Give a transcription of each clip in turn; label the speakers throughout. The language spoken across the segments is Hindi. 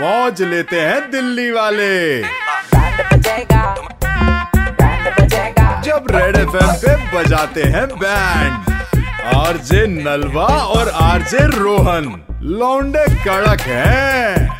Speaker 1: मौज लेते हैं दिल्ली वाले जब रेड एफ पे बजाते हैं बैंड आरजे नलवा और आरजे रोहन लौंडे कड़क हैं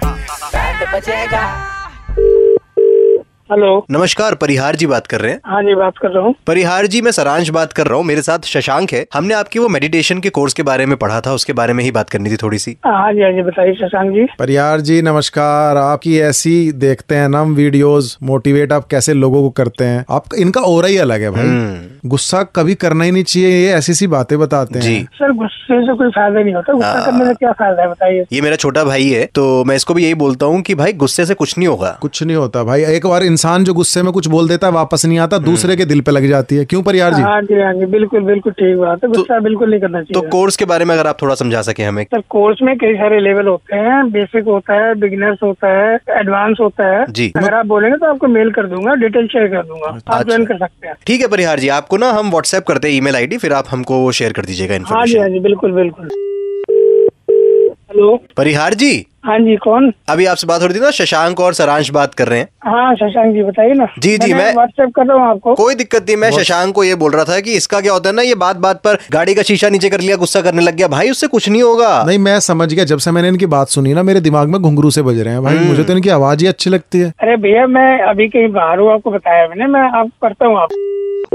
Speaker 2: हेलो
Speaker 3: नमस्कार परिहार जी बात कर रहे हैं
Speaker 2: हाँ जी बात कर रहा हूँ
Speaker 3: परिहार जी मैं सरांश बात कर रहा हूँ मेरे साथ शशांक है हमने आपकी वो मेडिटेशन के कोर्स के बारे में पढ़ा था उसके बारे में ही बात करनी थी थोड़ी सी
Speaker 2: हाँ जी हाँ जी बताइए शशांक जी
Speaker 4: परियार जी नमस्कार आपकी ऐसी देखते हैं ना हम वीडियोस मोटिवेट आप कैसे लोगों को करते हैं आप इनका ओरा ही अलग है भाई गुस्सा कभी करना ही नहीं चाहिए ये ऐसी सी बातें बताते
Speaker 3: हम्म। जी
Speaker 4: हैं
Speaker 2: सर गुस्से से कोई फायदा नहीं होता
Speaker 3: हाँ।
Speaker 2: गुस्सा करने से क्या फायदा है बताइए
Speaker 3: ये मेरा छोटा भाई है तो मैं इसको भी यही बोलता हूँ कि भाई गुस्से से कुछ नहीं होगा
Speaker 4: कुछ नहीं होता भाई एक बार इंसान जो गुस्से में कुछ बोल देता है वापस नहीं आता
Speaker 3: हम्म।
Speaker 4: दूसरे के दिल पे लग जाती है क्यों परियार जी
Speaker 2: हाँ जी हाँ जी बिल्कुल बिल्कुल ठीक बात है गुस्सा बिल्कुल नहीं करना
Speaker 3: तो
Speaker 2: चाहिए
Speaker 3: कोर्स के बारे में अगर आप थोड़ा समझा सके हमें
Speaker 2: सर कोर्स में कई सारे लेवल होते हैं बेसिक होता है बिगिनर्स होता है एडवांस होता है
Speaker 3: जी। अच्छा।
Speaker 2: अगर आप बोलेंगे तो आपको मेल कर दूंगा डिटेल शेयर कर दूंगा आप ज्वाइन कर सकते हैं
Speaker 3: ठीक है परिहार जी आपको ना हम व्हाट्सएप करते हैं ईमेल आईडी फिर आप हमको शेयर कर दीजिएगा
Speaker 2: हाँ जी हाँ
Speaker 3: इन्फॉर्मेशन
Speaker 2: जी बिल्कुल बिल्कुल हेलो
Speaker 3: परिहार जी
Speaker 2: हाँ जी कौन
Speaker 3: अभी आपसे बात हो रही थी ना शशांक और सरांश बात कर रहे हैं
Speaker 2: हाँ शशांक जी बताइए ना
Speaker 3: जी, जी, मैं-
Speaker 2: व्हाट्सएप कर रहा हूँ आपको
Speaker 3: कोई दिक्कत नहीं मैं शशांक को ये बोल रहा था कि इसका क्या होता है ना ये बात बात पर गाड़ी का शीशा नीचे कर लिया गुस्सा करने लग गया भाई उससे कुछ नहीं होगा
Speaker 4: नहीं मैं समझ गया जब से मैंने इनकी बात सुनी ना मेरे दिमाग में घुंघरू से बज रहे हैं
Speaker 3: हम्म।
Speaker 4: भाई मुझे तो इनकी आवाज ही अच्छी लगती है
Speaker 2: अरे भैया मैं अभी कहीं बाहर हूँ आपको बताया मैंने मैं आप करता हूँ आप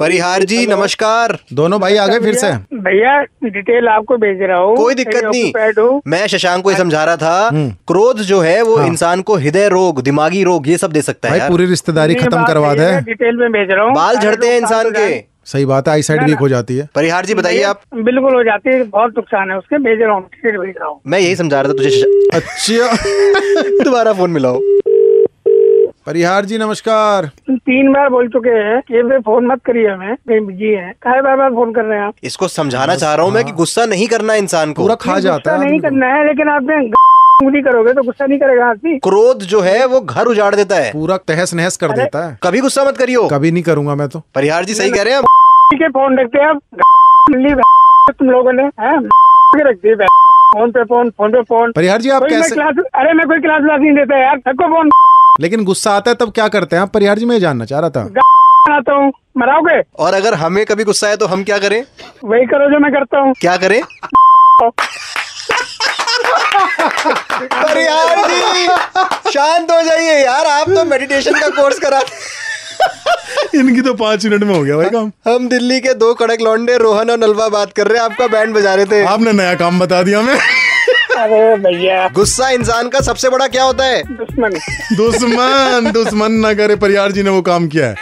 Speaker 3: परिहार जी नमस्कार
Speaker 4: दोनों भाई आ गए फिर से
Speaker 2: भैया डिटेल आपको भेज रहा हूँ
Speaker 3: कोई दिक्कत
Speaker 2: कहीं occupied
Speaker 3: नहीं
Speaker 2: हूँ। हाँ।
Speaker 3: मैं शशांक को ये समझा रहा
Speaker 4: हम्म।
Speaker 3: था क्रोध जो है वो इंसान को हृदय रोग दिमागी रोग ये सब दे सकता है
Speaker 4: हाँ। भाई
Speaker 3: यार।
Speaker 4: पूरी रिश्तेदारी
Speaker 2: ये
Speaker 4: खत्म
Speaker 2: बात
Speaker 4: करवा
Speaker 2: नहीं
Speaker 4: दे
Speaker 2: है, डिटेल में भेज रहा हूँ
Speaker 3: बाल
Speaker 2: सारे
Speaker 3: झड़ते हैं
Speaker 2: लोग तो शांत
Speaker 3: इंसान
Speaker 2: हो जाएं।
Speaker 3: के
Speaker 4: सही बात है आई साइड वीक हो जाती है
Speaker 3: परिहार जी बताइए
Speaker 2: भैया,
Speaker 3: आप
Speaker 2: बिल्कुल हो जाती है बहुत नुकसान है उसके भेज रहा हूँ डिटेल भेज रहा हूँ
Speaker 3: मैं यही समझा रहा था तुझे शशा-
Speaker 4: अच्छा
Speaker 3: दोबारा फोन मिलाओ
Speaker 4: परिहार जी नमस्कार
Speaker 2: तीन बार बोल चुके हैं ये भी फोन मत करिए हमें कहीं बिजी है काहे बार बार फोन कर रहे हैं आप
Speaker 3: इसको समझाना चाह रहा हूँ मैं कि गुस्सा नहीं करना है इंसान को
Speaker 4: हाँ। पूरा खा जाता
Speaker 2: गुस्सा
Speaker 4: है
Speaker 2: नहीं
Speaker 4: आदमी तो। को।
Speaker 2: करना है लेकिन आपने उंगली करोगे तो गुस्सा नहीं करेगा आदमी
Speaker 3: क्रोध जो है वो घर उजाड़ देता है
Speaker 4: पूरा तहस नहस कर देता है
Speaker 3: कभी गुस्सा मत करियो
Speaker 4: कभी नहीं करूंगा मैं तो
Speaker 3: परिहार जी सही कह रहे हैं आप।
Speaker 2: ठीक है फोन रखते हैं आप उंगली तुम लोगों ने हैं? रख दी फोन पे फोन फोन पे फोन
Speaker 4: परिहार जी आप
Speaker 2: कोई मैं
Speaker 4: कैसे
Speaker 2: क्लास अरे मैं कोई क्लास व्लास नहीं देता यार सबको फोन
Speaker 4: लेकिन गुस्सा आता है तब क्या करते हैं आप परिहार जी मैं ये जानना चाह रहा था
Speaker 2: बनाता हूँ मराओगे
Speaker 3: और अगर हमें कभी गुस्सा है तो हम क्या करें
Speaker 2: वही करो जो मैं करता हूँ
Speaker 3: क्या करें परिहार जी शांत हो जाइए यार आप तो मेडिटेशन का कोर्स कराते
Speaker 4: इनकी तो पांच मिनट में हो गया भाई काम
Speaker 3: हम दिल्ली के दो कड़क लौंडे रोहन और नलवा बात कर रहे हैं आपका बैंड बजा रहे थे
Speaker 4: आपने नया काम बता दिया हमें
Speaker 2: अरे भैया
Speaker 3: गुस्सा इंसान का सबसे बड़ा क्या होता है
Speaker 2: दुश्मन
Speaker 4: दुश्मन दुश्मन ना करे परिहार जी ने वो काम किया है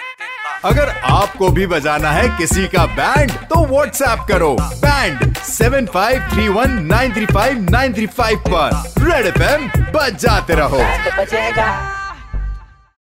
Speaker 1: अगर आपको भी बजाना है किसी का बैंड तो व्हाट्सएप करो band seven five three one nine three five nine three five पर रेड एफ बजाते रहो
Speaker 5: बचेगा